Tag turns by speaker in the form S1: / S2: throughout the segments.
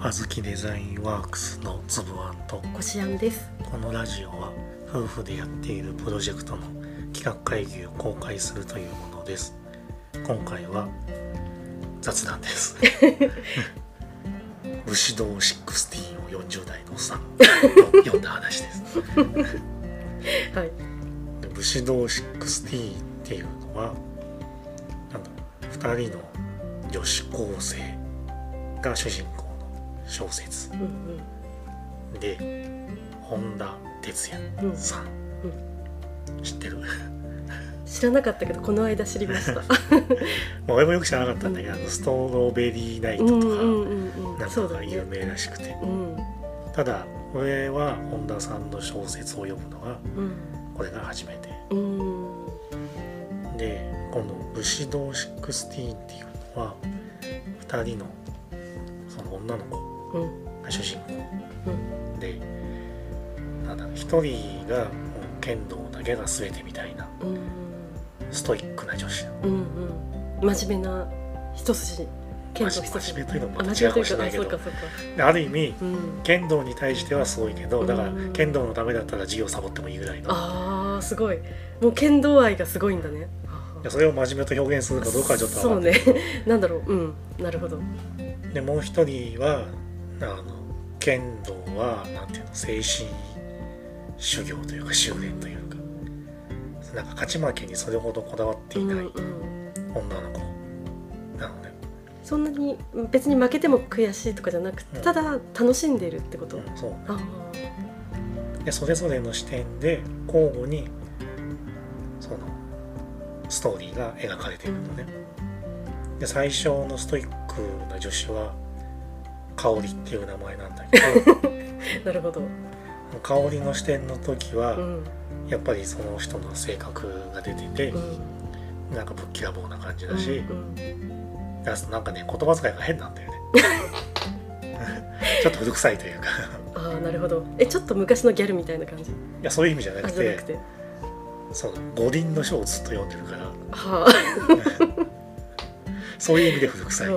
S1: あずきデザインワークスのつぶあんと
S2: こしあんです
S1: このラジオは夫婦でやっているプロジェクトの企画会議を公開するというものです今回は雑談です牛堂16を40代のおっさんと呼んだ話です
S2: はい
S1: で武士道16っていうのはなんだ2人の女子高生が主人公の小説
S2: うんうん
S1: で本田哲
S2: う
S1: 也
S2: ん
S1: さん、知ってる
S2: 知らなかったけどこの間知りました
S1: まあ俺もよく知らなかったんだけど、あのストロベリーナイ
S2: う
S1: ト
S2: ん
S1: とか、
S2: うんうんう
S1: なんんか
S2: そうだ
S1: が有
S2: ね
S1: 名らしくて、
S2: うん
S1: ただ俺は本田さんの小説を読むのが
S2: うん
S1: これが初めて
S2: うん
S1: でこの「武士道16」っていうのは2人のその女の子
S2: うん
S1: が主人公
S2: うん
S1: でなんだろう1人がもう剣道だけが全てみたいな
S2: うん
S1: ストイックな女子
S2: うんうん真面目な一筋剣道一筋
S1: 真面目というのも
S2: あ
S1: また
S2: 真
S1: 違う
S2: 面目
S1: か
S2: と
S1: も
S2: い
S1: しれ
S2: う
S1: ないけど
S2: かあそうかそうか
S1: である意味
S2: うん
S1: 剣道に対してはすごいけどだから
S2: うん
S1: 剣道のダメだったら授業サボってもいいぐらいの
S2: あーすごいもう剣道愛がすごいんだね
S1: いやそれを真面目と表現するかどうかはちょっと分
S2: そ
S1: か
S2: うん
S1: ない
S2: ね なんだろううんなるほど
S1: でもう一人はあの剣道はなんていうの精神修行というか修練というかなんか勝ち負けにそれほどこだわっていない
S2: うんうん、
S1: 女の子なので、
S2: そんなに別に負けても悔しいとかじゃなくて、
S1: うん
S2: ただ楽しんでいるってこと、
S1: うんそうね
S2: あ
S1: でそれぞれの視点で交互にそのストーリーが描かれているのねで最初のストイックな女子は香織っていう名前なんだけ
S2: あなるほど、
S1: ど香織の視点の時は、
S2: うん
S1: やっぱりその人の性格が出てて、なんかぶっきらぼうな感じだし、
S2: うんうん
S1: だからなんかね言葉遣いが変なんだよ ねちょっと古臭いというか
S2: ああなるほどえちょっと昔のギャルみたいな感じ
S1: いやそういう意味じゃな
S2: あ
S1: く
S2: じゃな
S1: て
S2: くて
S1: その五輪の書をずっと読んでるから
S2: は
S1: そういう意味で古
S2: あ、
S1: 臭い
S2: は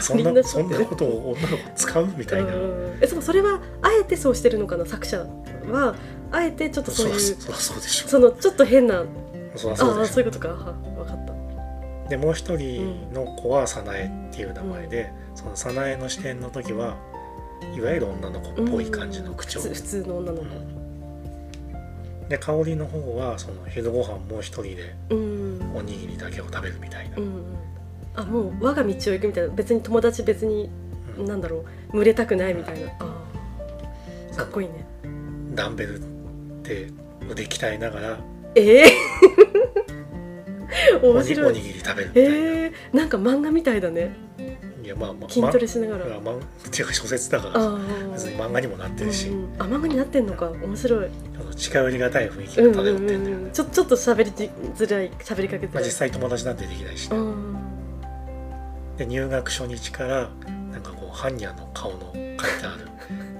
S2: い、
S1: そんなそん
S2: み
S1: なことを女の子使うみたいな、
S2: えそうそれはあえてそうしてるのかな作者はあえてちょっとそ
S1: そうら
S2: いう
S1: そらそうでしょ
S2: そのちょっと変なあ
S1: そら
S2: あ
S1: そう
S2: ー
S1: でし
S2: そう
S1: ょ
S2: いうことかは分かった
S1: でもう一人の子は早苗っていう名前で、その早苗の視点の時はいわゆる女の子っぽい感じの口調、
S2: うん普通普通の女の子
S1: うんで香りの方はその昼ご飯も一人で
S2: うん
S1: おにぎりだけを食べるみたいな、
S2: うんうんあもう我が道を行くみたいな別に友達別に
S1: うん
S2: なんだろう群れたくないみたいなあーかっこいいね
S1: ダンベルって腕鍛えながら
S2: ええ
S1: お
S2: 面
S1: に
S2: 白
S1: おに
S2: い
S1: ぎり食べるみたいな、
S2: えー、なんか漫画みたいだね
S1: いやまあまあ
S2: 筋トレしなが
S1: ま
S2: ら、
S1: あまあっていうか小説だか
S2: あ
S1: ら
S2: ー
S1: 別に漫画にもなってるし、
S2: うんうんあ漫画になってんのか面白
S1: ち
S2: い、
S1: ょっと近寄りがたい雰囲気
S2: う
S1: が
S2: んう
S1: 漂って
S2: ん
S1: んだよね、
S2: うん、ちょちょっと喋りづらい喋りかけづ
S1: まあ、
S2: らい、
S1: 実際友達なんてできないし、
S2: う
S1: ね
S2: ん
S1: で入学初日からなんかこう般若の顔の書いてある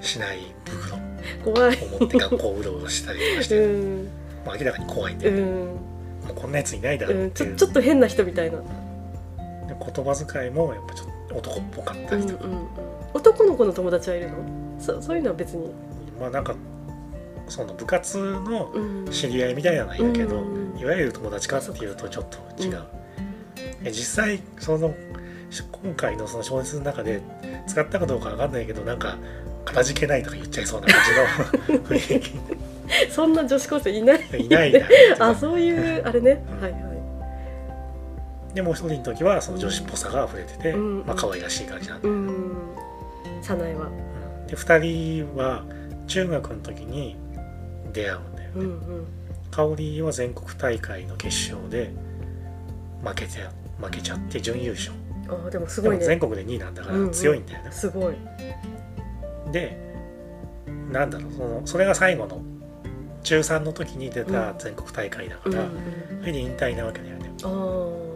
S1: しない袋
S2: 怖い
S1: を持って学校をうろうろしたりとかし
S2: う
S1: て、
S2: ん
S1: まあ、明らかに怖いんだ
S2: う
S1: よね、
S2: ん
S1: もうこんなやついないだろ
S2: う
S1: うっ
S2: ん、
S1: て
S2: ち
S1: いう、
S2: ょちょっと変な人みたいな、
S1: で言葉遣いもやっぱちょっと男っぽかった
S2: うん
S1: り
S2: うんう
S1: と
S2: ん
S1: か、、
S2: 男の子の友達はいるのそそういうのは別に、
S1: まあなんかその部活の
S2: うん、
S1: 知り合いみたいなのはいるけど、
S2: うん
S1: いわゆる友達かっていうとちょっと違う、え実際そのし今回のその小説の中で使ったかどうかわかんないけどなんか「かたじけない」とか言っちゃいそうな感 じの雰囲気
S2: そんな女子高生いない
S1: いないな
S2: あそういうあれね
S1: うん
S2: はいはい
S1: でもう一人の時はその女子っぽさが溢れてて、
S2: うん
S1: まあ可愛らしい感じなんで
S2: うん早苗は
S1: で2人は中学の時に出会うんだよ
S2: うんう
S1: ね、
S2: ん
S1: 香織は全国大会の決勝で負けて負けちゃって準優勝
S2: あーでもす
S1: で
S2: ご
S1: も
S2: い
S1: 全
S2: ね
S1: 国で2位なんだか
S2: うんう
S1: ら
S2: ん
S1: 強いんだよね、
S2: すごい
S1: でなんだろうそのそれが最後の中3の時に出た
S2: うん
S1: 全国大会だか
S2: うんう
S1: ら、
S2: ん
S1: それで引退なわけだよね
S2: あー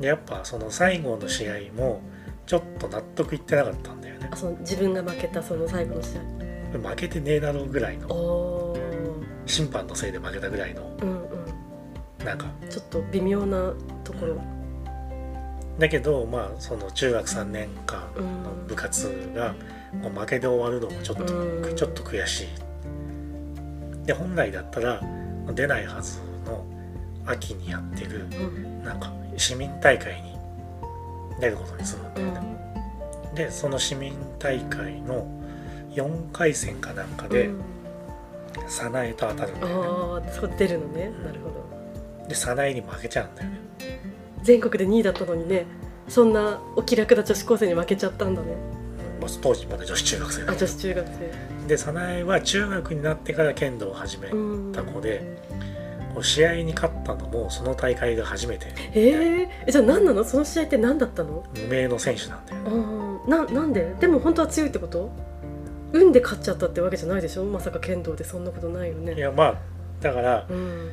S1: でやっぱその最後の試合もちょっと納得いってなかったんだよね
S2: あその自分が負けたその最後の試合
S1: 負けてねえだろうぐらい
S2: あ
S1: の
S2: ー
S1: 審判のせいで負けたぐらいの
S2: うんうん
S1: なんか
S2: ちょっと微妙なところ
S1: だけどまあその中学3年間の部活がもう負けで終わるのもちょっと
S2: うん
S1: ちょっと悔しいで本来だったら出ないはずの秋にやってる
S2: うん
S1: なんか市民大会に出ることにするんだ
S2: う
S1: よ
S2: ん
S1: ねでその市民大会の4回戦かなんかで
S2: うん
S1: 早苗と当たるんだよ
S2: ああそこ出るのねなるほど
S1: ねで早苗に負けちゃうんだよね
S2: 全国で2位だったのにねそんなお気楽な女子高生に負けちゃったんだね
S1: うんまあ当時まだ女子中学生
S2: あ
S1: だ
S2: 女子中学
S1: で早苗は中学になってから剣道を始め
S2: 生うん
S1: た子で、こう試合に勝ったのもその大会が初めて
S2: えー、じゃあ何なのその試合って何だったの
S1: 無名の選手なんだよ
S2: あ
S1: ね
S2: ーななんででも本当は強いってこと運で勝っちゃったってわけじゃないでしょまさか剣道でそんなことないよ
S1: い
S2: ね
S1: やまあだから
S2: うん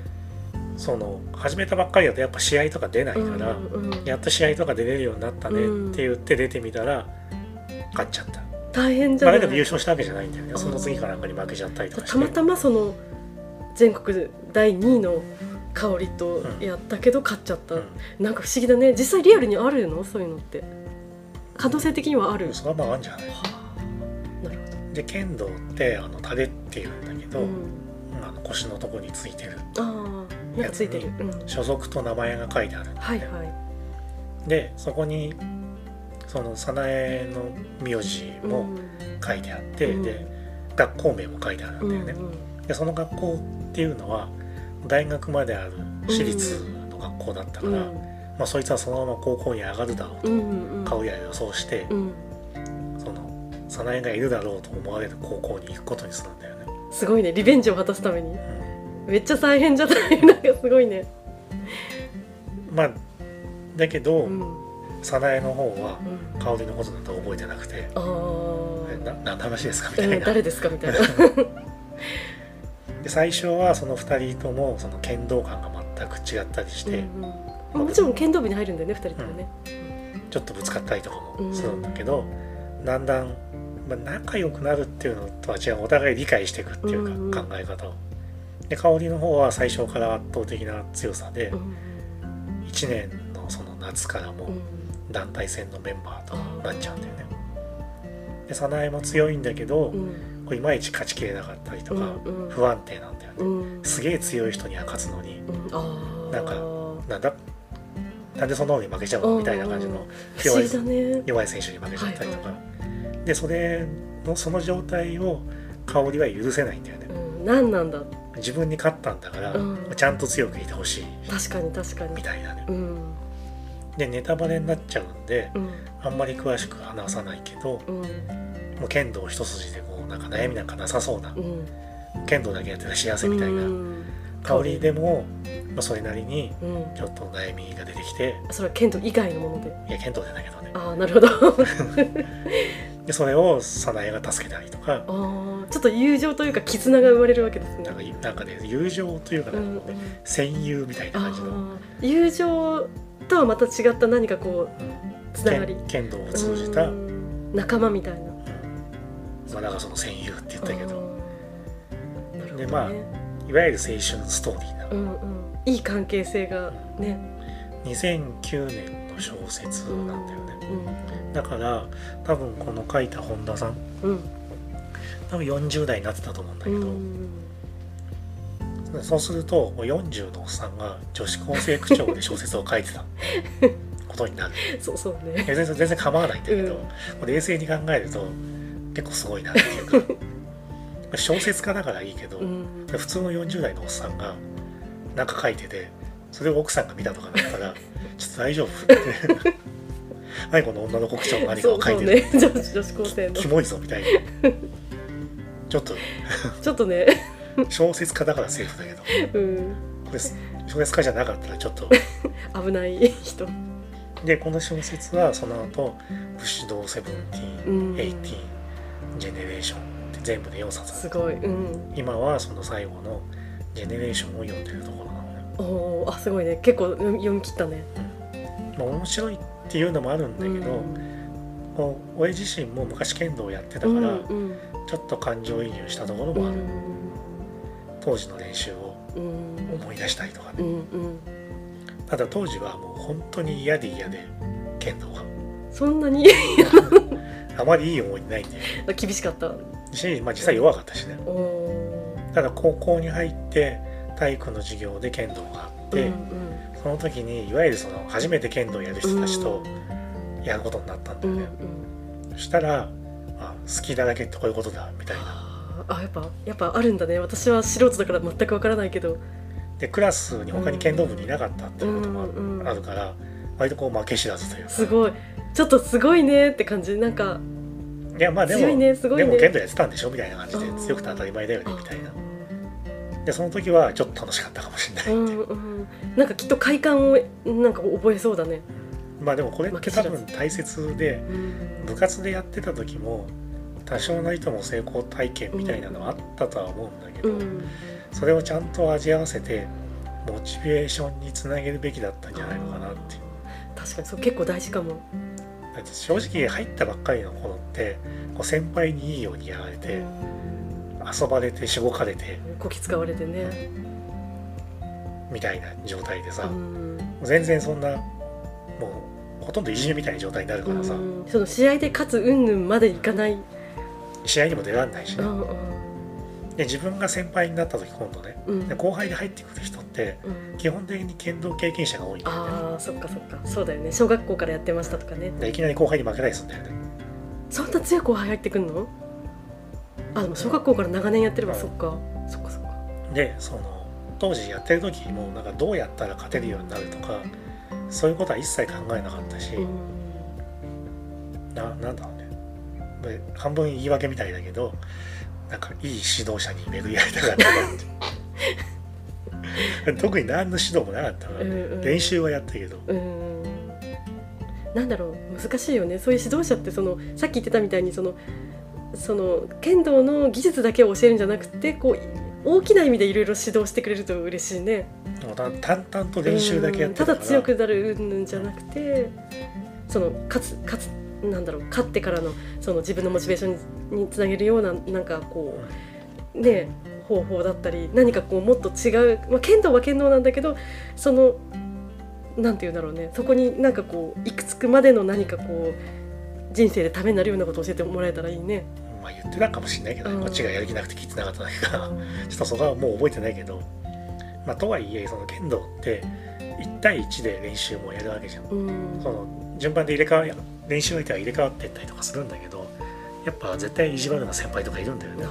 S1: その始めたばっかりだとやっぱ試合とか出ないから、
S2: うんうん
S1: やっと試合とか出れるようになったねって言って出てみたら勝っちゃった、
S2: 大変じ
S1: ま
S2: ゃ
S1: あ、
S2: な
S1: だ
S2: い
S1: けど優勝したわけじゃないんだよね
S2: うん
S1: その次からなんかに負けちゃったりとかして
S2: たまたまその全国第2位の香りとやったけど勝っちゃった、
S1: う
S2: なんか不思議だね実際リアルにあるのそういうのって可能性的にはある、
S1: ん、それはまああるんじゃない
S2: はあなるほ
S1: で剣道ってあのタレっていうんだけど、
S2: ど、うん、
S1: あの腰のとこについてる
S2: ああなんかついてる、うん、
S1: 所属と名前が書いてあるんだよね
S2: はいはい
S1: でそこにその早苗の名字
S2: う
S1: も
S2: ん
S1: 書いてあって、
S2: うん
S1: で学校名も書いてあるんだよね、
S2: うん
S1: でその学校っていうのは大学まである私立の学校だったか
S2: う
S1: ら、
S2: ん
S1: まあ、そいつはそのまま高校に上がるだろう
S2: う
S1: と
S2: んうんうん
S1: 顔や予想して、
S2: うん
S1: その早苗がいるだろうと思われる高校に行くことにするんだよね、
S2: すごいねリベンジを果たすために
S1: う
S2: めっちゃ大変じゃないなんかすごいね、
S1: んまあだけど、
S2: うん
S1: 早苗の方は
S2: うん
S1: 香りのことなんて覚えてなくて
S2: あ
S1: 「え
S2: ー
S1: な何の話ですか?」みた
S2: う
S1: い
S2: ん、
S1: な、
S2: 誰ですかみたいな
S1: で最初はその2人ともその剣道感が全く違ったりして、
S2: うんうんもちろん剣道部に入るんだよね二人ともね、
S1: ちょっとぶつかったりとかもするんだけど、だんだん、まあ、仲良くなるっていうのとは違うお互い理解していくってい
S2: うんう
S1: うんか、考え方を。で香りの方は最初から圧倒的な強さで、
S2: うん
S1: 1年のその夏からも
S2: うん
S1: 団体戦のメンバーとなっちゃうんだよね。で早苗も強いんだけど、
S2: うん
S1: こういまいち勝ちきれなかったりとか、
S2: うん
S1: 不安定なんだよね。
S2: うん
S1: すげえ強い人には勝つのに
S2: うんあー
S1: なんかなんだなんでそんなのに負けちゃう
S2: う
S1: の
S2: ん
S1: みたいな感じの
S2: 不
S1: 弱
S2: 思
S1: い
S2: 議だね
S1: 弱い選手に負けちゃったりとか、
S2: は
S1: でそれのその状態を香りは許せないんだよね
S2: うん何なんだ
S1: 自分に勝ったんだから、
S2: うん
S1: ちゃんと強くいてほしい
S2: 確かに確かに
S1: みたいなね
S2: うん
S1: でネタバレになっちゃうんで
S2: うん
S1: あんまり詳しく話さないけど
S2: うん
S1: もう剣道一筋でもうなんか悩みなんかなさそうな
S2: うん
S1: 剣道だけやってたら幸せみたいな、
S2: うん
S1: 香りでも、まあ、それなりに
S2: うん
S1: ちょっと悩みが出てきて
S2: それは剣道以外のもので
S1: いや剣道じゃないけどね
S2: ああ なるほど
S1: でそれを早苗が助けたりとか
S2: ああちょっと友情というか絆が生まれるわけですね
S1: なんかいなんかね友情というか
S2: う
S1: なん
S2: ん
S1: かこうね、戦友みたいな
S2: あ
S1: 感じの
S2: ー友情とはまた違った何かこうつながり
S1: 剣剣道を通じた、
S2: う
S1: うん
S2: ん仲間みたいな
S1: まあ、だからその戦友って言ったけど
S2: あーなるほどね
S1: でまあいわゆる青春ストーリーな
S2: う
S1: の、
S2: んうんいい関係性がね
S1: 2009年の小説なんだよね、
S2: ね
S1: だから多分この書いた本田さん
S2: うんうん
S1: 多分40代になってたと思うんだけ
S2: う
S1: ど、
S2: ん
S1: そうするともう40のおっさんが女子高生口調で小説を書いてたことになる
S2: そうそうね
S1: いや全然全然構わないんだけど、
S2: うん
S1: もう冷静に考えると結構すごいなっていうかま あ小説家だからいいけど、
S2: うん
S1: 普通の40代のおっさんがなんか書いててそれを奥さんが見たとかだったら ちょっと大丈夫って 何この女の子口調の何か
S2: そ
S1: を
S2: う
S1: 書
S2: そ
S1: いうて
S2: ね
S1: る
S2: 女子女子高生の
S1: キモいぞみたいなちょっと
S2: ちょっとね
S1: 小説家だからセーフだけど
S2: うん
S1: これ小説家じゃなかったらちょっと
S2: 危ない人
S1: でこの小説はその後ブシドーセブンティー
S2: う
S1: ン
S2: ん
S1: エイティーンジェネレーション」って全部で4冊
S2: すごいうん
S1: 今はその最後の「ジェネレーション」を読んでるところなのね、
S2: おおあすごいね結構うん読み切ったね
S1: まあ、面白いっていうのもあるんだけど、
S2: うん
S1: こう俺自身も昔剣道をやってた
S2: う
S1: か
S2: ん
S1: ら、
S2: うん
S1: ちょっと感情移入したところもある、当時の練習を
S2: うん
S1: 思い出したりとか
S2: う
S1: ね、
S2: んうん
S1: ただ当時はもう本当に嫌で嫌で剣道は
S2: そんなに
S1: あまりいい思いないんで
S2: 厳しかった
S1: し、まあ、実際弱かったしね
S2: おお
S1: ただ高校に入って体育の授業で剣道があっ
S2: ー
S1: て、
S2: うん
S1: その時にいわゆるその初めて剣道やる人たちとやることになったんだ
S2: う
S1: よ
S2: んうんう
S1: ね、
S2: ん
S1: そしたらあ好きだだけってこういうことだみたいな
S2: あーあやっぱやっぱあるんだね私は素人だから全くわからないけど
S1: でクラスに他に剣道部にいなかったっていうこともあ
S2: うんうんうん
S1: あるから割とこう負け知らずというか
S2: すごいちょっとすごいねって感じなんか
S1: いやまあでも
S2: 強いねすごいね
S1: でも剣道やってたんでしょみたいな感じで
S2: うん
S1: 強くて当たり前だよねみたいなでその時はちょっと楽しかったかもしれないって
S2: う
S1: い
S2: ん
S1: う、
S2: うんなんかきっと快感をなんか覚えそうだね、
S1: まあでもこれって多分大切で
S2: うん
S1: 部活でやってた時も多少なりとも成功体験みたいなのはあったとは思うんだけ
S2: う
S1: ど、
S2: ん、
S1: それをちゃんと味合わせてモチベーションにつなげるべきだったんじゃないのかなっていう
S2: 確かにそれ結構大事かも、
S1: だって正直入ったばっかりの頃ってこう先輩にいいようにやられて、遊ばれてしごかれて
S2: こき使われてね、
S1: みたいな状態で
S2: う
S1: さ、
S2: ん
S1: 全然そんなもうほとんどいじめみたいな状態になるからさ、
S2: うんその試合で勝つ云々までいかない、
S1: 試合にも出らんないし
S2: う
S1: ね、
S2: んうん
S1: で自分が先輩になった時今度ね
S2: うん
S1: で後輩で入ってくる人って
S2: うん
S1: 基本的に剣道経験者が多いんだよね
S2: あーそっかそっかそうだよね小学校からやってましたとかね
S1: でいきなり後輩に負けたりするんだよね
S2: そんな強い後輩入ってくんのあでも小学校から長年やってれば、そっかそっかそっか
S1: でその当時やってる時もなんかどうやったら勝てるようになるとかそういうことは一切考えなかったし、
S2: うん
S1: ななんだろうねで半分言い訳みたいだけどなんかいい指導者に巡り合いたかった なって特に何の指導もなかったからね、
S2: うんうん
S1: 練習はやったけど
S2: うーんなんだろう難しいよねそういう指導者ってそのさっき言ってたみたいにそのその剣道の技術だけを教えるんじゃなくてこう大きな意味でいろいろ指導してくれると嬉しいね
S1: もうた淡々と練習だけやって
S2: うんただ
S1: から
S2: 強くなるうんぬんじゃなくてその勝つ勝つなんだろう勝ってからのその自分のモチベーションににつなげるようななんかこうね方法だったり何かこうもっと違う、まあ、剣道は剣道なんだけどそのなんて言うんだろうねそこになんかこういくつくまでの何かこう人生でためになるようなことを教えてもらえたらいいね。
S1: まあ言ってたかもしれないけどね、
S2: うん
S1: こっちがやる気なくて聞いてなかっただけから ちょっとそこはもう覚えてないけどまあとはいえその剣道って1対1で練習もやるわけじゃん
S2: うん
S1: その順番で入れ替わ練習相手は入れ替わってったりとかするんだけどやっぱ絶対意地悪な先輩とかいるんだよね、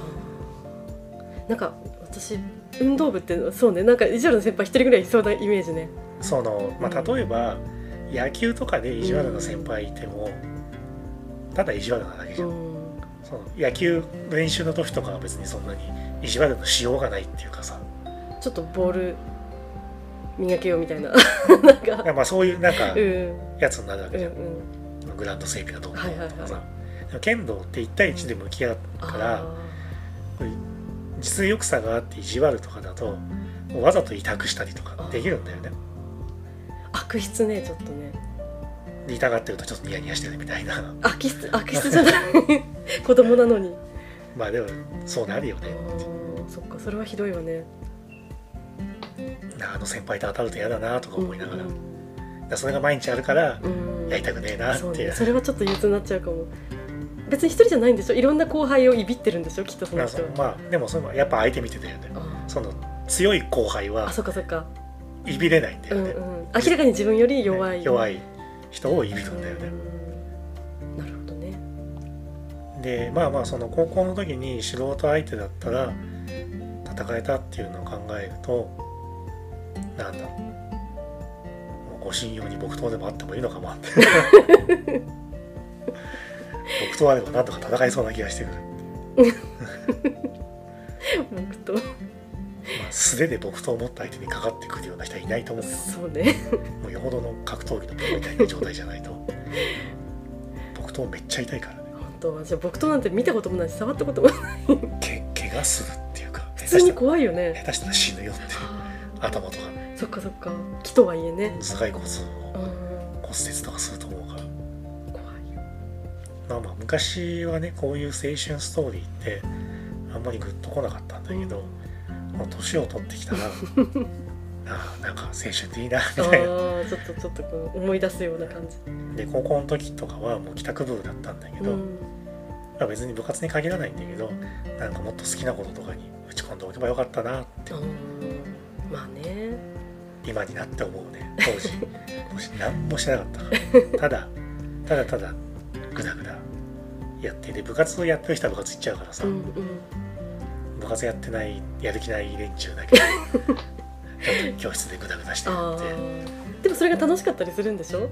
S2: なんか私運動部ってそうねなんか意地悪な先輩一人ぐらいいそうなイメージね。
S1: その、ま
S2: う
S1: あ、
S2: ん
S1: 例えば野球とかで意地悪な先輩いても、ただ意地悪なだけじ
S2: う
S1: ゃん、
S2: ん
S1: その野球の練習の時とかは別にそんなに意地悪のしようがないっていうかさ
S2: ちょっとボール磨けようみたいななんか
S1: まあそういうなんか
S2: うん
S1: やつになるわ
S2: う
S1: け
S2: んう
S1: じゃん、
S2: ん
S1: グラウンド整備がどうこうとかさ、
S2: はい
S1: でも剣道って1対1で向き合うから、
S2: あ
S1: こういう実力差があって意地悪とかだともうわざと委託したりとかできるんだよね
S2: ー悪質ねちょっとね
S1: で痛がってるとちょっとニヤニヤしてるみたいな
S2: 悪質悪質じゃない 子供なのに
S1: まあでもそうなるよ
S2: あ
S1: ね
S2: ーそっかそれはひどいわね
S1: あの先輩と当たると嫌だなとか思いながら,、
S2: うん
S1: それが毎日あるから
S2: うん
S1: やりたくねえなって
S2: そう
S1: い
S2: ね
S1: う
S2: それはちょっと憂鬱になっちゃうかも別に一人じゃないんでしょいろんな後輩をいびってるんでしょきっとそ
S1: ま
S2: の
S1: あ
S2: 人
S1: そ
S2: は
S1: うまあでもそれもやっぱ相手見てたよね
S2: あ
S1: その強い後輩
S2: ー
S1: は
S2: あそっかそっか
S1: いびれないんだ
S2: う
S1: よ
S2: ん
S1: ね、
S2: うん明らかに自分より弱い
S1: 弱
S2: い
S1: い人をいびるんだよね、
S2: なるほどね
S1: でまあまあその高校の時に素人相手だったら戦えたっていうのを考えるとなんだろうもうご信用に木刀でもあってもいいのかもって木刀あればなんとか戦えそうな気がしてくる、
S2: 僕と
S1: まあ、素手で木刀を持った相手にかかってくるような人はいないと思うよ
S2: そうね
S1: もうよほどの格闘技のプロみたいな状態じゃないと木刀めっちゃ痛いからね
S2: 本当はじゃあ僕となんて見たこともないし触ったことも
S1: け怪我するっていうか
S2: 普
S1: 下手
S2: 通
S1: し
S2: に
S1: たら
S2: 怖いよ
S1: 下
S2: ね
S1: 手したら死ぬよっていう頭とか
S2: そっかそっか木とはいえね
S1: 頭蓋骨
S2: う
S1: を
S2: ん
S1: 骨折とかすると思うから、
S2: 怖いよ
S1: まあ、まあ昔はねこういう青春ストーリーって あんまりグッとこなかったんだけど、この年を取ってきたらあああなんか青春っていいな
S2: あ
S1: みたいな
S2: ーちょっとちょっとこう思い出すような感じ、
S1: で高校の時とかはもう帰宅部だったんだけ
S2: う
S1: ど、
S2: ん、
S1: まあ、別に部活に限らないんだけどなんかもっと好きなこととかに打ち込んでおけばよかったなって
S2: あーまあね
S1: 今になって思うね当時 当時何もしてなかったからただただただグダグダやってで部活をやってる人は部活行っちゃうからさ、
S2: うんうん
S1: 部活やってないやる気ない連中 だけどちょっと教室でグダグダしてる
S2: あ
S1: って
S2: ーでもそれが楽しかったりするんでしょ、
S1: い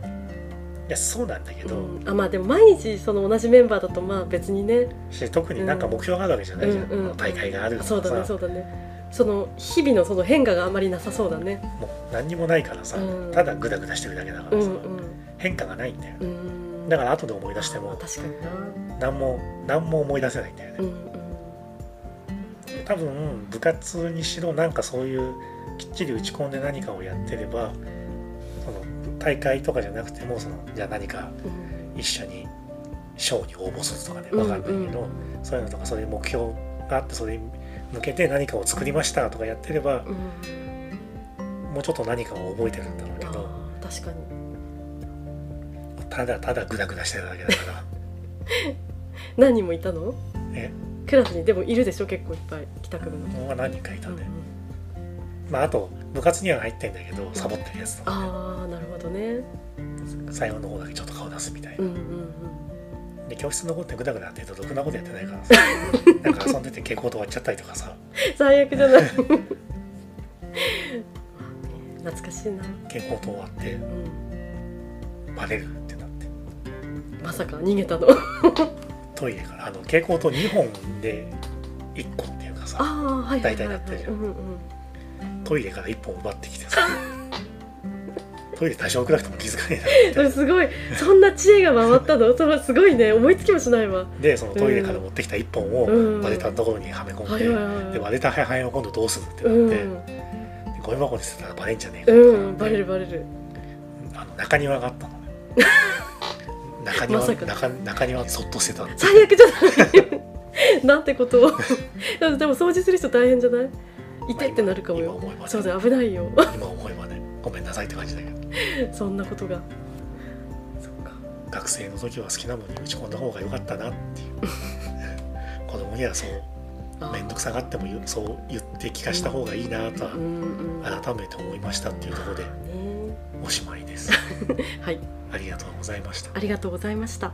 S1: やそうなんだけ
S2: う
S1: ど、
S2: ん、あまあでも毎日その同じメンバーだとまあ別にね
S1: し特になんか目標があるわけじゃないじゃん、
S2: うんうん
S1: 大会があるとかさ
S2: そうだねそうだねその日々のその変化があまりなさそうだね
S1: もう何にもないからさ、
S2: うん
S1: ただグダグダしてるだけだか
S2: う
S1: らさ、
S2: んうん
S1: 変化がないんだよね、
S2: うん
S1: だから後で思い出して
S2: あ
S1: も
S2: 確かにな
S1: 何も何も思い出せないんだよね
S2: う、ん
S1: 多分部活にしろなんかそういうきっちり打ち込んで何かをやってればその大会とかじゃなくてもそのじゃあ何か
S2: うん
S1: 一緒に賞に応募するとかね
S2: うん
S1: 分かんないけど、そういうのとかそういう目標があってそれに向けて何かを作りましたとかやってれば
S2: うんうん
S1: もうちょっと何かを覚えてるんだろうけ
S2: あ
S1: ど
S2: ー確かに
S1: ただただグダグダしてるだけだから
S2: 何人もいたの
S1: え
S2: クラスにでもいるでしょ結構いっぱい帰宅部の、
S1: 僕は何人かいた
S2: うんんう
S1: で、
S2: ん
S1: まあ、あと部活には入ってんだけどサボってるやつとか
S2: ああなるほどね
S1: 最後の方だけちょっと顔出すみたいな
S2: うん。うんうん
S1: で教室のことってグダグダやってるとろくなことやってない からさなんか遊んでて蛍光灯終わっちゃったりとかさ
S2: 最悪じゃ ない懐かしいな、
S1: 蛍光灯終わって
S2: うん、
S1: バレるってなって
S2: まさか逃げたの
S1: トイレからあの蛍光灯2本で1個っていうかさ
S2: ああはいはいはい、
S1: 大体なって
S2: は
S1: る
S2: い
S1: じゃ
S2: うんんうん、
S1: トイレから1本奪ってきて さトイレ多少暗くても気づかねえ
S2: そ
S1: な
S2: れ
S1: って
S2: すごいそんな知恵が回ったのそれすごいね思いつきもしないわ
S1: でそのトイレから持ってきた1本を割れたところにはめ込ん
S2: は
S1: で、
S2: いはいはい
S1: で割れた破片を今度どうするってな
S2: う
S1: って、
S2: ん、
S1: でゴミ箱に捨てたらバレんじゃねえかってなって
S2: うん、バレるバレる
S1: あの中庭があったのね中庭、
S2: まさか
S1: 中中庭そっと捨てたの
S2: 最悪じゃない なんてことをでもでも掃除する人大変じゃない痛いってなるかも
S1: まあ
S2: よ
S1: 今今思えばね
S2: そうだよ危ないよ
S1: 今思えばねごめんなさいって感じだけど
S2: そんなことがそっか
S1: 学生の時は好きなものに打ち込んだ方が良かったなっていう 子供にはそう
S2: あ
S1: 面倒くさがっても言うそう言って聞かした方がいいなとは
S2: うんうんね
S1: 改めて思いましたっていうところでおしまいです
S2: はい
S1: ありがとうございました
S2: ありがとうございました